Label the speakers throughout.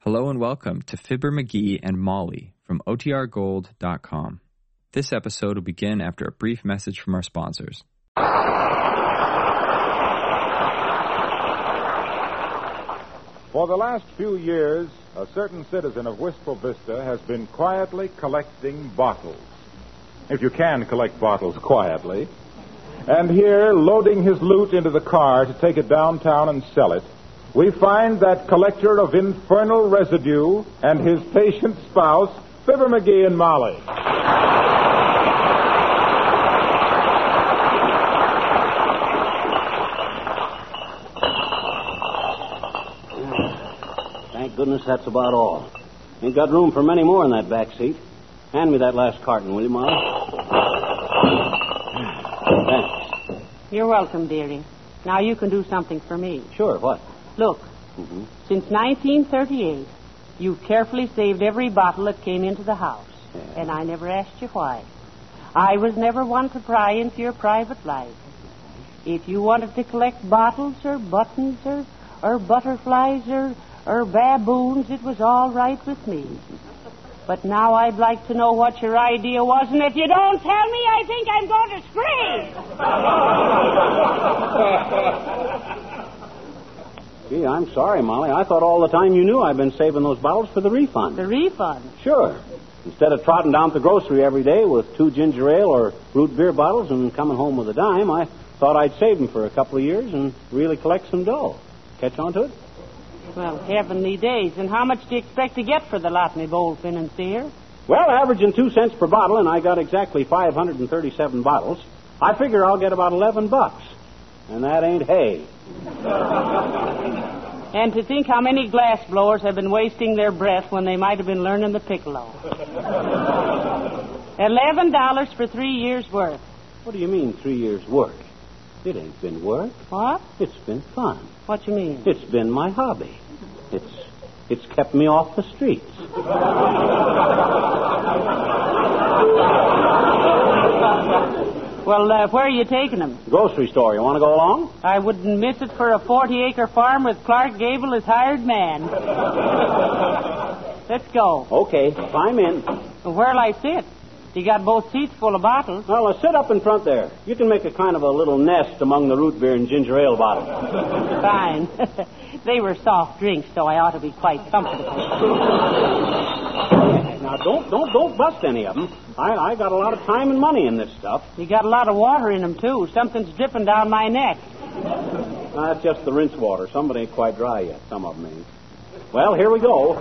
Speaker 1: Hello and welcome to Fibber McGee and Molly from OTRGold.com. This episode will begin after a brief message from our sponsors.
Speaker 2: For the last few years, a certain citizen of Wistful Vista has been quietly collecting bottles. If you can collect bottles quietly. And here, loading his loot into the car to take it downtown and sell it, we find that collector of infernal residue and his patient spouse, Fibber McGee and Molly.
Speaker 3: Thank goodness that's about all. Ain't got room for many more in that back seat. Hand me that last carton, will you, Molly? Thanks.
Speaker 4: You're welcome, dearie. Now you can do something for me.
Speaker 3: Sure, what?
Speaker 4: Look, since 1938, you've carefully saved every bottle that came into the house, and I never asked you why. I was never one to pry into your private life. If you wanted to collect bottles or buttons or, or butterflies or, or baboons, it was all right with me. But now I'd like to know what your idea was, and if you don't tell me, I think I'm going to scream.
Speaker 3: Gee, I'm sorry, Molly. I thought all the time you knew I'd been saving those bottles for the refund.
Speaker 4: The refund.
Speaker 3: Sure. Instead of trotting down to the grocery every day with two ginger ale or root beer bottles and coming home with a dime, I thought I'd save them for a couple of years and really collect some dough. Catch on to it?
Speaker 4: Well, heavenly days. And how much do you expect to get for the lot, me bold financier?
Speaker 3: Well, averaging two cents per bottle, and I got exactly 537 bottles. I figure I'll get about 11 bucks. And that ain't hay.
Speaker 4: And to think how many glass blowers have been wasting their breath when they might have been learning the piccolo. Eleven dollars for three years' worth.
Speaker 3: What do you mean, three years' work? It ain't been work.
Speaker 4: What?
Speaker 3: It's been fun.
Speaker 4: What you mean?
Speaker 3: It's been my hobby. It's it's kept me off the streets.
Speaker 4: Well, uh, where are you taking them?
Speaker 3: Grocery store, you want to go along?
Speaker 4: I wouldn't miss it for a 40-acre farm with Clark Gable as hired man. Let's go.
Speaker 3: Okay, climb in.
Speaker 4: Where'll I sit? You got both seats full of bottles.
Speaker 3: Well, now sit up in front there. You can make a kind of a little nest among the root beer and ginger ale bottles.
Speaker 4: Fine. they were soft drinks, so I ought to be quite comfortable.
Speaker 3: Now don't don't don't bust any of them. I I got a lot of time and money in this stuff.
Speaker 4: You got a lot of water in them, too. Something's dripping down my neck.
Speaker 3: Now, that's just the rinse water. Some of it ain't quite dry yet. Some of them ain't. Well, here we go.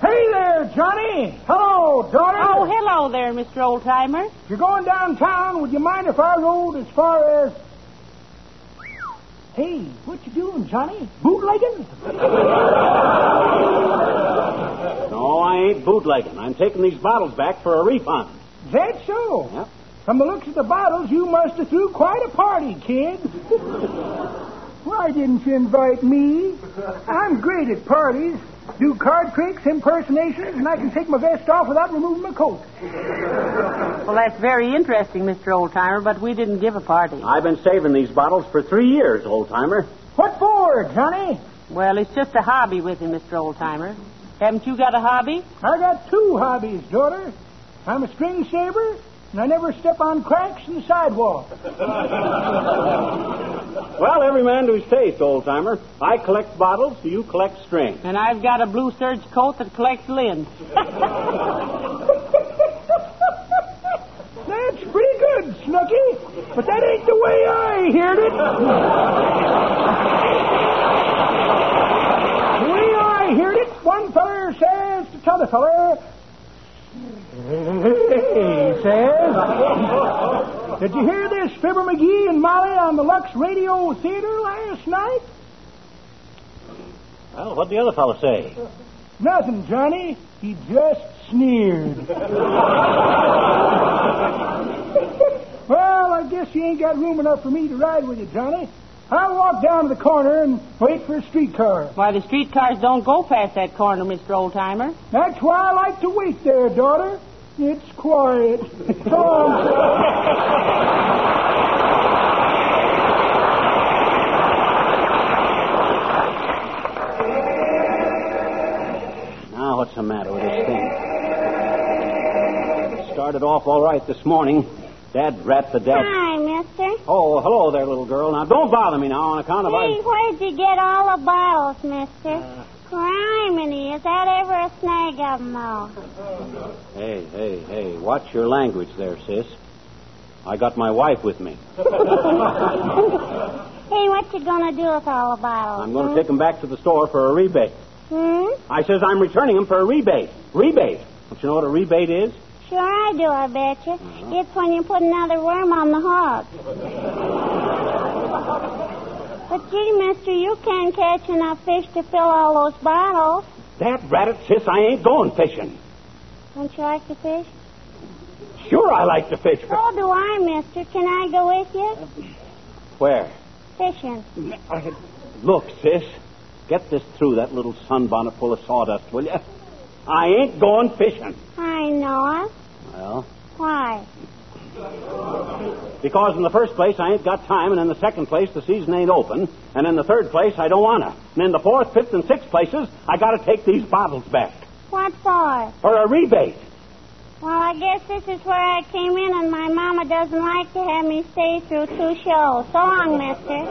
Speaker 5: Hey there, Johnny. Hello, daughter.
Speaker 4: Oh, hello there, Mr. Oldtimer.
Speaker 5: If you're going downtown, would you mind if I rode as far as... Hey, what you doing, Johnny? Bootlegging?
Speaker 3: No, I ain't bootlegging. I'm taking these bottles back for a refund.
Speaker 5: That so?
Speaker 3: Yep.
Speaker 5: From the looks of the bottles, you must have threw quite a party, kid. Why didn't you invite me? I'm great at parties. Do card tricks, impersonations, and I can take my vest off without removing my coat.
Speaker 4: Well, that's very interesting, Mr. Oldtimer, but we didn't give a party.
Speaker 3: I've been saving these bottles for three years, old timer.
Speaker 5: What for, Johnny?
Speaker 4: Well, it's just a hobby with him, Mr. Oldtimer. Haven't you got a hobby?
Speaker 5: I got two hobbies, daughter. I'm a string shaver, and I never step on cracks in the sidewalk.
Speaker 3: Well, every man to his taste, old timer. I collect bottles, you collect string.
Speaker 4: And I've got a blue serge coat that collects lint.
Speaker 5: That's pretty good, Snooky. But that ain't the way I heard it. the way I heard it, one feller says to t'other feller, Hey, says, did you hear this Fibber McGee and Molly on the Lux Radio Theater last night?
Speaker 3: Well, what'd the other fellow say?
Speaker 5: Nothing, Johnny. He just sneered. well, I guess you ain't got room enough for me to ride with you, Johnny. I'll walk down to the corner and wait for a streetcar.
Speaker 4: Why, the streetcars don't go past that corner, Mr. Oldtimer.
Speaker 5: That's why I like to wait there, daughter. It's quiet. It's all-
Speaker 3: the matter with this thing? Started off all right this morning. Dad rat the dad.
Speaker 6: Hi, mister.
Speaker 3: Oh, hello there, little girl. Now, don't bother me now on account of Uh.
Speaker 6: Hey,
Speaker 3: I.
Speaker 6: where'd you get all the bottles, mister? Criminy, is that ever a snag of 'em all?
Speaker 3: Hey, hey, hey, watch your language there, sis. I got my wife with me.
Speaker 6: Hey, what you gonna do with all the bottles?
Speaker 3: I'm going to take them back to the store for a rebate.
Speaker 6: Hmm?
Speaker 3: I says I'm returning them for a rebate. Rebate. Don't you know what a rebate is?
Speaker 6: Sure I do, I bet you.
Speaker 3: Uh-huh.
Speaker 6: It's when you put another worm on the hog. but gee, mister, you can't catch enough fish to fill all those bottles.
Speaker 3: That ratted, sis, I ain't going fishing.
Speaker 6: Don't you like to fish?
Speaker 3: Sure, I like to fish.
Speaker 6: So do I, mister. Can I go with you?
Speaker 3: Where?
Speaker 6: Fishing.
Speaker 3: Look, sis, get this through that little sunbonnet full of sawdust, will you? I ain't going fishing.
Speaker 6: I know it.
Speaker 3: Well,
Speaker 6: Why?
Speaker 3: because in the first place, I ain't got time, and in the second place, the season ain't open, and in the third place, I don't want to. And in the fourth, fifth, and sixth places, I got to take these bottles back
Speaker 6: What for?
Speaker 3: for a rebate.
Speaker 6: Well, I guess this is where I came in, and my mama doesn't like to have me stay through two shows. So long, mister.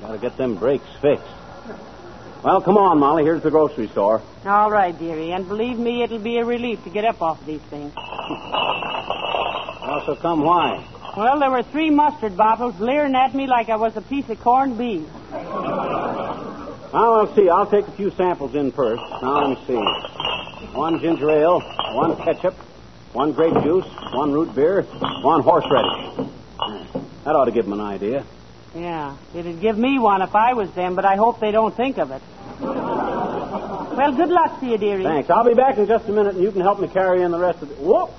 Speaker 3: Got to get them brakes fixed. Well, come on, Molly. Here's the grocery store.
Speaker 4: All right, dearie, and believe me, it'll be a relief to get up off these things.
Speaker 3: Also, come why?
Speaker 4: Well, there were three mustard bottles leering at me like I was a piece of corned beef.
Speaker 3: Now, I'll see. I'll take a few samples in first. Now, let me see. One ginger ale, one ketchup, one grape juice, one root beer, one horseradish. That ought to give them an idea.
Speaker 4: Yeah, it'd give me one if I was them, but I hope they don't think of it. well, good luck to you, dearie.
Speaker 3: Thanks. I'll be back in just a minute, and you can help me carry in the rest of it. Whoop!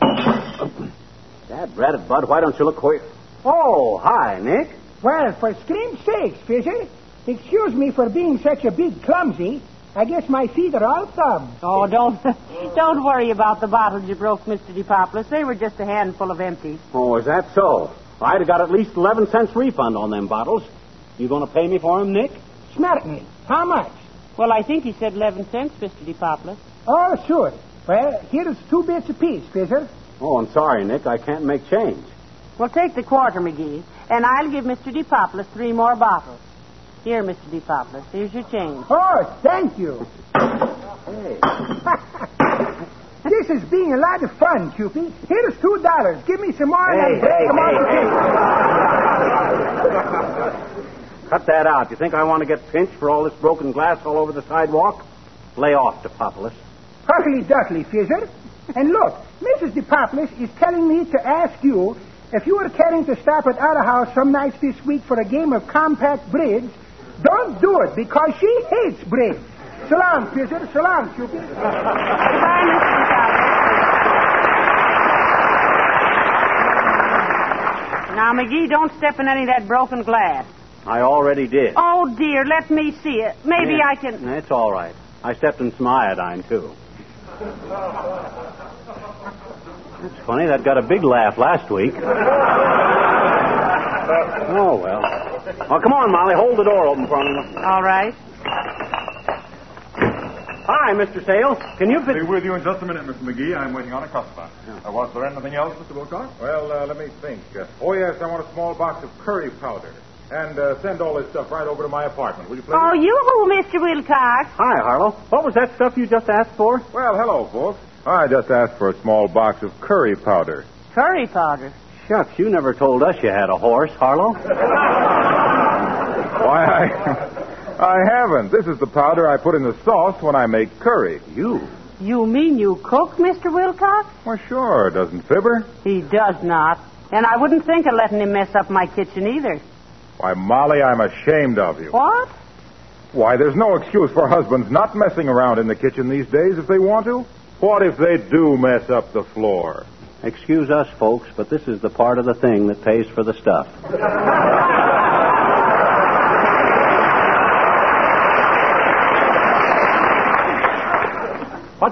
Speaker 3: Dad, Brad, and Bud, why don't you look where? Oh, hi, Nick.
Speaker 5: Well, for scream's sakes, Fisher, excuse me for being such a big clumsy. I guess my feet are all thumbs.
Speaker 4: Oh, don't don't worry about the bottles you broke, Mr. DePopulis. They were just a handful of empties.
Speaker 3: Oh, is that so? I'd have got at least 11 cents refund on them bottles. You going to pay me for 'em, Nick?
Speaker 5: Certainly. How much?
Speaker 4: Well, I think he said eleven cents, Mr. DePopulis.
Speaker 5: Oh, sure. Well, here's two bits apiece, Fisher.
Speaker 3: Oh, I'm sorry, Nick. I can't make change.
Speaker 4: Well, take the quarter, McGee, and I'll give Mr. DePopulis three more bottles. Here, Mr. DePopulis, here's your change.
Speaker 5: Oh, thank you. this is being a lot of fun, Cupid. Here's two dollars. Give me some more and I'll
Speaker 3: Hey,
Speaker 5: break
Speaker 3: hey,
Speaker 5: them
Speaker 3: hey,
Speaker 5: all
Speaker 3: hey.
Speaker 5: to
Speaker 3: Cut that out. You think I want to get pinched for all this broken glass all over the sidewalk? Lay off, Topopolis.
Speaker 5: Huckly duckly, Fisher. And look, Mrs. DePopulis is telling me to ask you if you are caring to stop at our house some nights this week for a game of compact bridge, don't do it because she hates bridge. So long, Fisher. So long, Cupid.
Speaker 4: Goodbye, Mr. DePopulis. Now, McGee, don't step in any of that broken glass.
Speaker 3: I already did.
Speaker 4: Oh, dear, let me see it. Maybe I can.
Speaker 3: That's all right. I stepped in some iodine, too. That's funny. That got a big laugh last week. oh, well. Well, come on, Molly. Hold the door open for me.
Speaker 4: All right.
Speaker 3: Hi, Mr. Sale. Can you fit...
Speaker 7: Be with you in just a minute, Mr. McGee. I'm waiting on a customer. Uh, was there anything else, Mr. Wilcox?
Speaker 2: Well, uh, let me think. Uh, oh, yes, I want a small box of curry powder. And uh, send all this stuff right over to my apartment, will you please?
Speaker 4: Oh, you who, Mr. Wilcox?
Speaker 3: Hi, Harlow. What was that stuff you just asked for?
Speaker 2: Well, hello, folks. I just asked for a small box of curry powder.
Speaker 4: Curry powder.
Speaker 3: Shucks, you never told us you had a horse, Harlow.
Speaker 2: Why, I, I haven't. This is the powder I put in the sauce when I make curry.
Speaker 3: You?
Speaker 4: You mean you cook, Mr. Wilcox?
Speaker 2: Well, sure, doesn't Fibber?
Speaker 4: He does not. And I wouldn't think of letting him mess up my kitchen either.
Speaker 2: Why, Molly, I'm ashamed of you.
Speaker 4: What?
Speaker 2: Why, there's no excuse for husbands not messing around in the kitchen these days if they want to. What if they do mess up the floor?
Speaker 3: Excuse us, folks, but this is the part of the thing that pays for the stuff.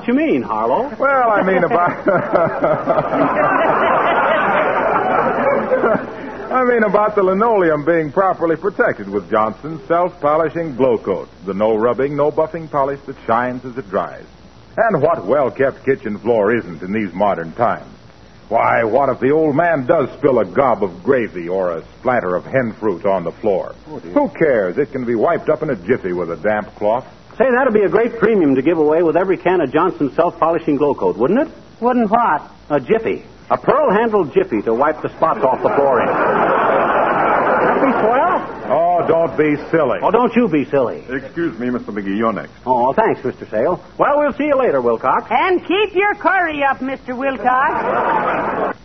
Speaker 3: you mean, Harlow.
Speaker 2: Well, I mean about. I mean about the linoleum being properly protected with Johnson's self-polishing blow coat, the no rubbing, no buffing polish that shines as it dries. And what well-kept kitchen floor isn't in these modern times? Why, what if the old man does spill a gob of gravy or a splatter of hen fruit on the floor? Who cares? It can be wiped up in a jiffy with a damp cloth.
Speaker 3: Say, that'd be a great premium to give away with every can of Johnson's self-polishing glow coat, wouldn't it?
Speaker 4: Wouldn't what?
Speaker 3: A jiffy. A pearl-handled jiffy to wipe the spots off the floor in. That'd be swell.
Speaker 2: Oh, don't be silly.
Speaker 3: Oh, don't you be silly.
Speaker 7: Excuse me, Mr. McGee, you're next.
Speaker 3: Oh, thanks, Mr. Sale. Well, we'll see you later, Wilcox.
Speaker 4: And keep your curry up, Mr. Wilcox.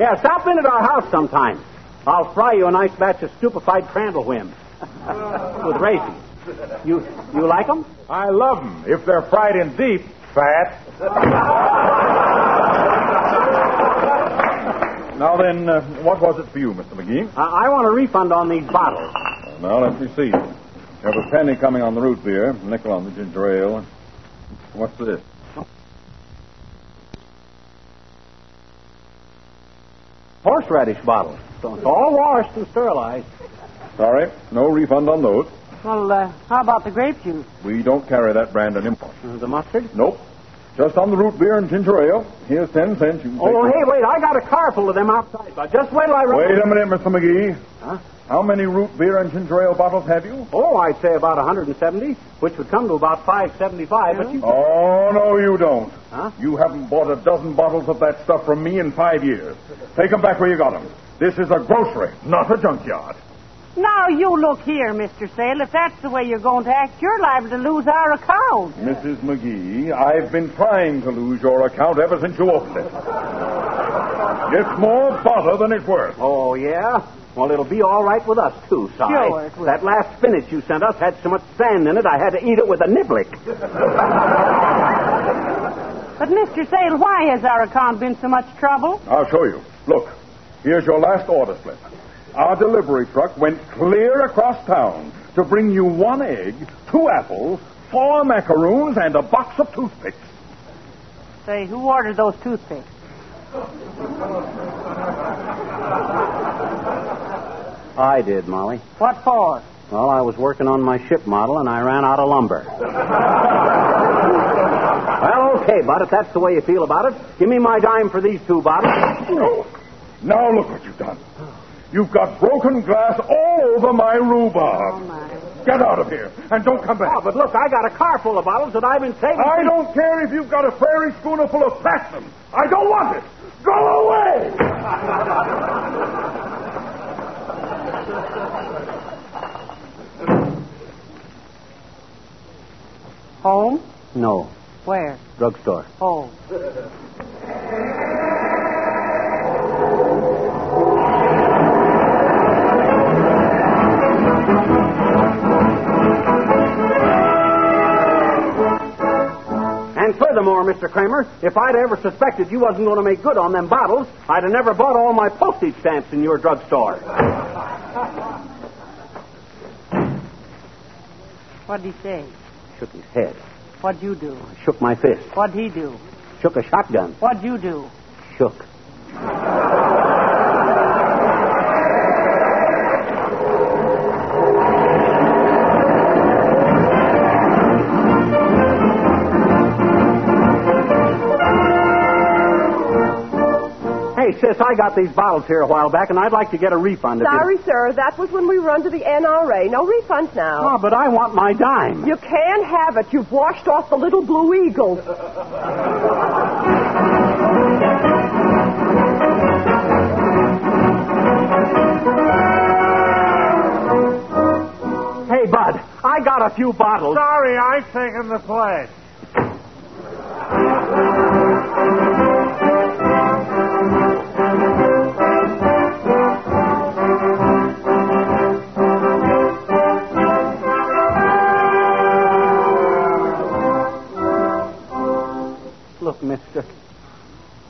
Speaker 3: Yeah, stop in at our house sometime. I'll fry you a nice batch of stupefied crandall whim with raisins. You you like them?
Speaker 2: I love 'em if they're fried in deep fat.
Speaker 7: Now then, uh, what was it for you, Mr. McGee?
Speaker 3: I, I want a refund on these bottles.
Speaker 7: Now let me see. You have a penny coming on the root beer, a nickel on the ginger ale. What's this?
Speaker 3: Horseradish bottles. So it's all washed and sterilized.
Speaker 7: Sorry, no refund on those.
Speaker 4: Well, uh, how about the grape juice?
Speaker 7: We don't carry that brand anymore.
Speaker 3: Uh, The mustard?
Speaker 7: Nope. Just on the root beer and ginger ale. Here's ten cents. You can
Speaker 3: Oh,
Speaker 7: take
Speaker 3: hey, wait. I got a car full of them outside. Now, Just wait till I run.
Speaker 7: Wait a minute, Mr. McGee.
Speaker 3: Huh?
Speaker 7: How many root beer and ginger ale bottles have you?
Speaker 3: Oh, I'd say about 170, which would come to about 575, but you...
Speaker 7: Oh, no, you don't.
Speaker 3: Huh?
Speaker 7: You haven't bought a dozen bottles of that stuff from me in five years. Take 'em back where you got 'em. This is a grocery, not a junkyard.
Speaker 4: Now, you look here, Mr. Sale. If that's the way you're going to act, you're liable to lose our account.
Speaker 7: Mrs. McGee, I've been trying to lose your account ever since you opened it. It's more butter than it's worth.
Speaker 3: Oh, yeah? Well, it'll be all right with us, too, Si.
Speaker 4: Sure it will.
Speaker 3: That last spinach you sent us had so much sand in it, I had to eat it with a niblick.
Speaker 4: But, Mr. Sale, why has our account been so much trouble?
Speaker 7: I'll show you. Look, here's your last order slip. Our delivery truck went clear across town to bring you one egg, two apples, four macaroons, and a box of toothpicks.
Speaker 4: Say, who ordered those toothpicks?
Speaker 3: I did, Molly.
Speaker 4: What for?
Speaker 3: Well, I was working on my ship model, and I ran out of lumber. well, okay, bud, if that's the way you feel about it, give me my dime for these two bottles.
Speaker 7: Now look what you've done. You've got broken glass all over my rhubarb.
Speaker 4: Oh,
Speaker 7: Get out of here and don't come back.
Speaker 3: Oh, but look, I got a car full of bottles that I've been saving.
Speaker 7: I
Speaker 3: since-
Speaker 7: don't care if you've got a prairie schooner full of phantom. I don't want it. Go away.
Speaker 4: Home?
Speaker 3: No,
Speaker 4: Where?
Speaker 3: drugstore.
Speaker 4: Oh.
Speaker 3: And furthermore, Mr. Kramer, if I'd ever suspected you wasn't going to make good on them bottles, I'd have never bought all my postage stamps in your drugstore.
Speaker 4: What'd he say?
Speaker 3: Shook his head.
Speaker 4: What'd you do?
Speaker 3: Shook my fist.
Speaker 4: What'd he do?
Speaker 3: Shook a shotgun.
Speaker 4: What'd you do?
Speaker 3: Shook. Hey, sis, I got these bottles here a while back, and I'd like to get a refund. if you-
Speaker 8: Sorry, sir. That was when we run to the NRA. No refunds now.
Speaker 3: Oh, but I want my dime.
Speaker 8: You can't have it. You've washed off the little blue eagle.
Speaker 3: Hey, Bud, I got a few bottles.
Speaker 9: Sorry, I've taken the place.
Speaker 3: Look, mister.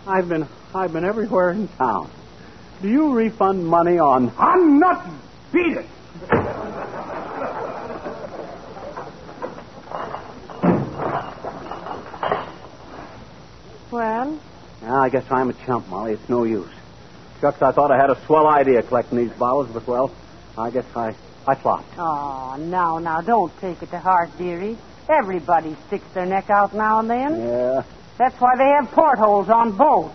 Speaker 3: I've been I've been everywhere in town. Do you refund money on
Speaker 5: I'm nothing. Beat it.
Speaker 8: Well?
Speaker 3: Well, I guess I'm a chump, Molly. It's no use. Shucks, I thought I had a swell idea collecting these bottles, but well, I guess I I flopped.
Speaker 4: Oh, now, now, don't take it to heart, dearie. Everybody sticks their neck out now and then.
Speaker 3: Yeah.
Speaker 4: That's why they have portholes on both.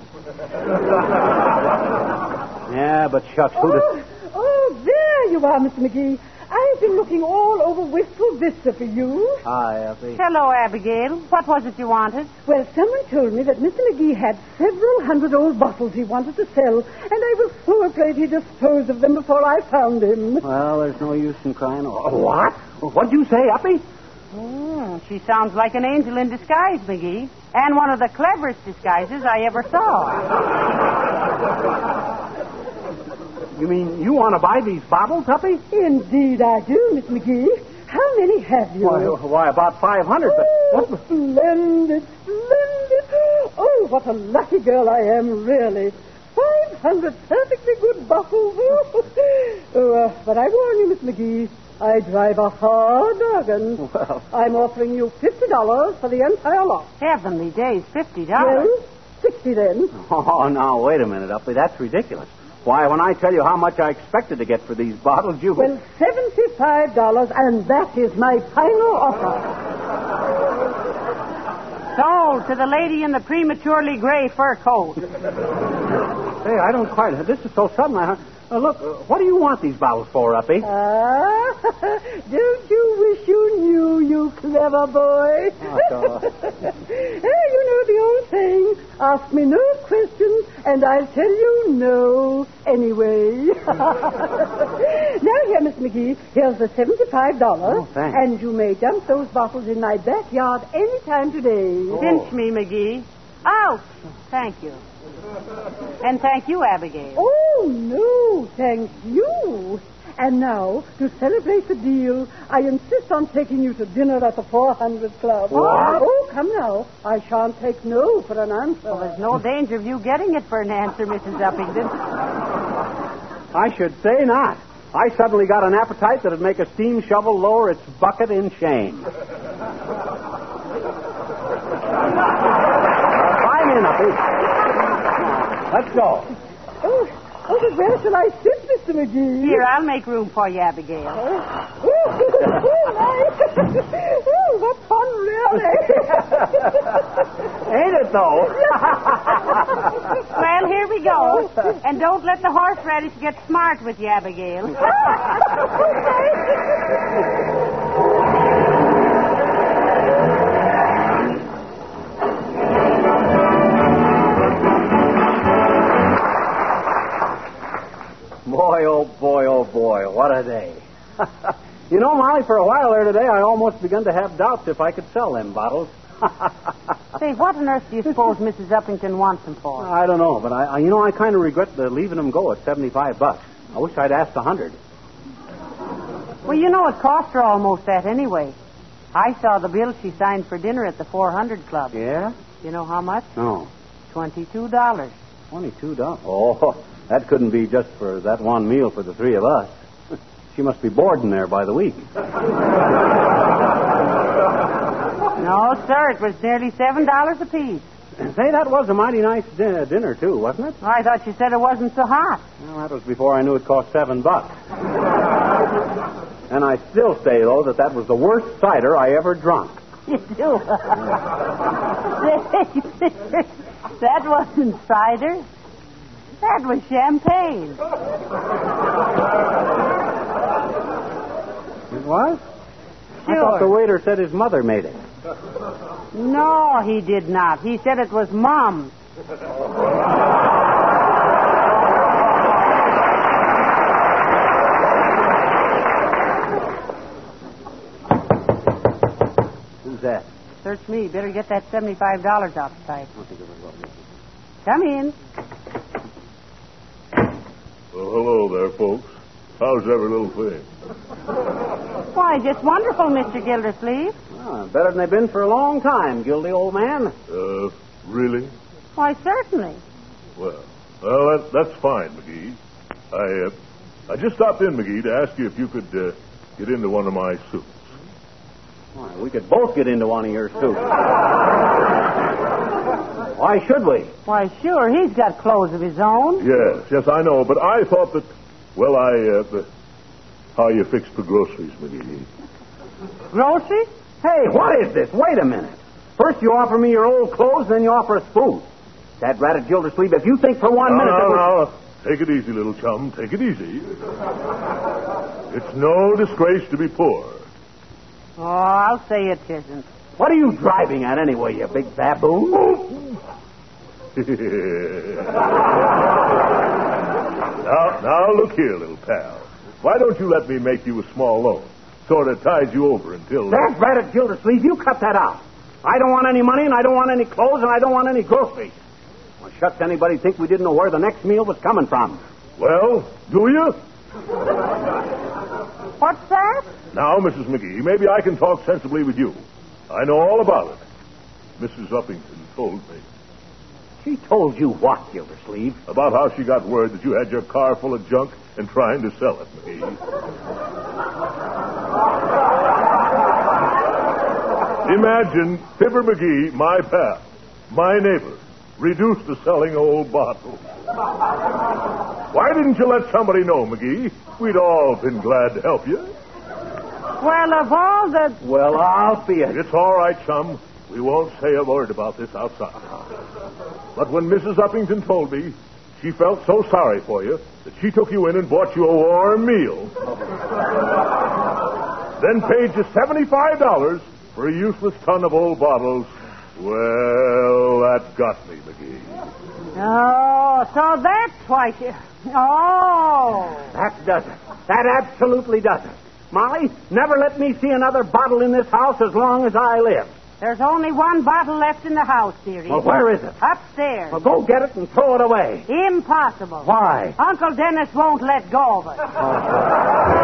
Speaker 3: Yeah, but shucks, who does...
Speaker 10: Oh, there you are, Mr. McGee. I've been looking all over Wistful Vista for you.
Speaker 3: Hi, Effie.
Speaker 4: Hello, Abigail. What was it you wanted?
Speaker 10: Well, someone told me that Mr. McGee had several hundred old bottles he wanted to sell, and I was so afraid he disposed of them before I found him.
Speaker 3: Well, there's no use in crying. Oh,
Speaker 10: What?
Speaker 3: What'd you say, Uppy?
Speaker 4: Hmm, she sounds like an angel in disguise, McGee. And one of the cleverest disguises I ever saw.
Speaker 3: You mean you want to buy these bottles, Uppy?
Speaker 10: Indeed I do, Miss McGee. How many have you?
Speaker 3: Why, oh, why about 500? But
Speaker 10: Oh, splendid, splendid. Oh, what a lucky girl I am, really. 500 perfectly good bottles. oh, uh, but I warn you, Miss McGee, I drive a hard bargain.
Speaker 3: Well.
Speaker 10: I'm offering you $50 for the entire lot.
Speaker 4: Heavenly days, $50.
Speaker 10: Well, 60 then.
Speaker 3: Oh, now, wait a minute, Uppy. That's ridiculous. Why, when I tell you how much I expected to get for these bottles, you...
Speaker 10: Well, $75, and that is my final offer.
Speaker 4: Sold to the lady in the prematurely gray fur coat.
Speaker 3: Hey, I don't quite... This is so sudden, I... Uh, look, uh, what do you want these bottles for, Uppy?
Speaker 10: Ah, don't you wish you knew, you clever boy?
Speaker 3: Oh, God.
Speaker 10: Eh, you know the old saying, ask me no questions and I'll tell you no anyway. now here, Miss McGee, here's the $75.
Speaker 3: Oh, thanks.
Speaker 10: And you may dump those bottles in my backyard any time today.
Speaker 3: Oh.
Speaker 4: Pinch me, McGee. Ouch! Thank you. And thank you, Abigail.
Speaker 10: Oh, no, thank you. And now, to celebrate the deal, I insist on taking you to dinner at the 400 Club.
Speaker 3: What?
Speaker 10: Oh, come now. I shan't take no for an answer.
Speaker 4: Well, there's no danger of you getting it for an answer, Mrs. Uppington.
Speaker 3: I should say not. I suddenly got an appetite that'd make a steam shovel lower its bucket in shame. uh, climb in, Uppy. Let's go.
Speaker 10: Oh, oh, but where shall I sit, Mr. McGee?
Speaker 4: Here, I'll make room for you, Abigail.
Speaker 10: Oh, oh, oh, my. oh, what fun, really.
Speaker 3: Ain't it, though?
Speaker 4: Well, here we go. And don't let the horseradish get smart with you, Abigail.
Speaker 3: Boy, oh boy, oh boy, what a day. you know, Molly, for a while there today, I almost begun to have doubts if I could sell them bottles.
Speaker 4: Say, what on earth do you suppose Mrs. Uppington wants them for?
Speaker 3: I don't know, but I, I you know, I kind of regret the leaving them go at 75 bucks. I wish I'd asked a 100.
Speaker 4: Well, you know, it cost her almost that anyway. I saw the bill she signed for dinner at the 400 Club.
Speaker 3: Yeah?
Speaker 4: You know how much?
Speaker 3: No.
Speaker 4: $22.
Speaker 3: $22. Oh, that couldn't be just for that one meal for the three of us. She must be boarding there by the week.
Speaker 4: No, sir, it was nearly $7 apiece.
Speaker 3: Say, that was a mighty nice din- dinner, too, wasn't it?
Speaker 4: I thought you said it wasn't so hot.
Speaker 3: Well, that was before I knew it cost seven bucks. and I still say, though, that that was the worst cider I ever drunk.
Speaker 4: You do. that wasn't cider. That was champagne.
Speaker 3: It was? I
Speaker 4: Sure.
Speaker 3: thought the waiter said his mother made it.
Speaker 4: No, he did not. He said it was mum.
Speaker 3: Who's that?
Speaker 4: Search me. Better get that $75 out of sight. Come in.
Speaker 11: Well, hello there, folks. How's every little thing?
Speaker 4: Why, just wonderful, Mr. Gildersleeve.
Speaker 3: Ah, better than they've been for a long time, guilty old man.
Speaker 11: Uh, really?
Speaker 4: Why, certainly.
Speaker 11: Well, well, that, that's fine, McGee. I, uh, I just stopped in, McGee, to ask you if you could uh, get into one of my suits.
Speaker 3: Why, we could both get into one of your suits. Why should we?
Speaker 4: Why, sure, he's got clothes of his own.
Speaker 11: Yes, yes, I know, but I thought that. Well, I. Uh, the- how you fix the groceries, McGee?
Speaker 4: Grocery?
Speaker 3: Hey, what is this? Wait a minute. First you offer me your old clothes, then you offer us food. That ratted Gildersleeve, if you think for one
Speaker 11: no,
Speaker 3: minute that
Speaker 11: no,
Speaker 3: we're...
Speaker 11: no. Take it easy, little chum. Take it easy. It's no disgrace to be poor.
Speaker 4: Oh, I'll say it isn't.
Speaker 3: What are you driving at anyway, you big baboon?
Speaker 11: now, now look here, little pal. Why don't you let me make you a small loan? Sort of ties you over until.
Speaker 3: That ratted Gildersleeve, you cut that out. I don't want any money, and I don't want any clothes, and I don't want any groceries. Well, shucks, anybody think we didn't know where the next meal was coming from?
Speaker 11: Well, do you?
Speaker 4: What's that?
Speaker 11: Now, Mrs. McGee, maybe I can talk sensibly with you. I know all about it. Mrs. Uppington told me.
Speaker 3: She told you what, Gildersleeve?
Speaker 11: About how she got word that you had your car full of junk and trying to sell it, McGee. Imagine Fibber McGee, my pal, my neighbor, reduced to selling old bottles. Why didn't you let somebody know, McGee? We'd all been glad to help you.
Speaker 4: Well, of all the.
Speaker 3: Well, I'll be a...
Speaker 11: It's all right, chum. We won't say a word about this outside. But when Mrs. Uppington told me, she felt so sorry for you that she took you in and bought you a warm meal. then paid you $75 for a useless ton of old bottles. Well, that got me, McGee.
Speaker 4: Oh, so that's why she. Oh.
Speaker 3: That does it. That absolutely does it. Molly, never let me see another bottle in this house as long as I live.
Speaker 4: There's only one bottle left in the house, dearie.
Speaker 3: Well, where is it?
Speaker 4: Upstairs.
Speaker 3: Well, go get it and throw it away.
Speaker 4: Impossible.
Speaker 3: Why? Oh.
Speaker 4: Uncle Dennis won't let go of it.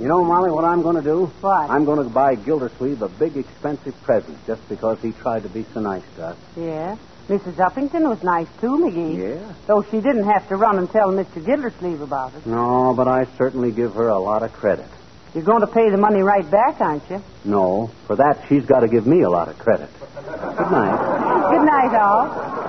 Speaker 3: You know, Molly, what I'm going to do?
Speaker 4: What?
Speaker 3: I'm going to buy Gildersleeve a big, expensive present just because he tried to be so nice to us.
Speaker 4: Yeah. Mrs. Uppington was nice too, McGee.
Speaker 3: Yeah?
Speaker 4: Though she didn't have to run and tell Mr. Gildersleeve about it.
Speaker 3: No, but I certainly give her a lot of credit.
Speaker 4: You're going to pay the money right back, aren't you?
Speaker 3: No, for that she's got to give me a lot of credit. Good night.
Speaker 4: Good night, all.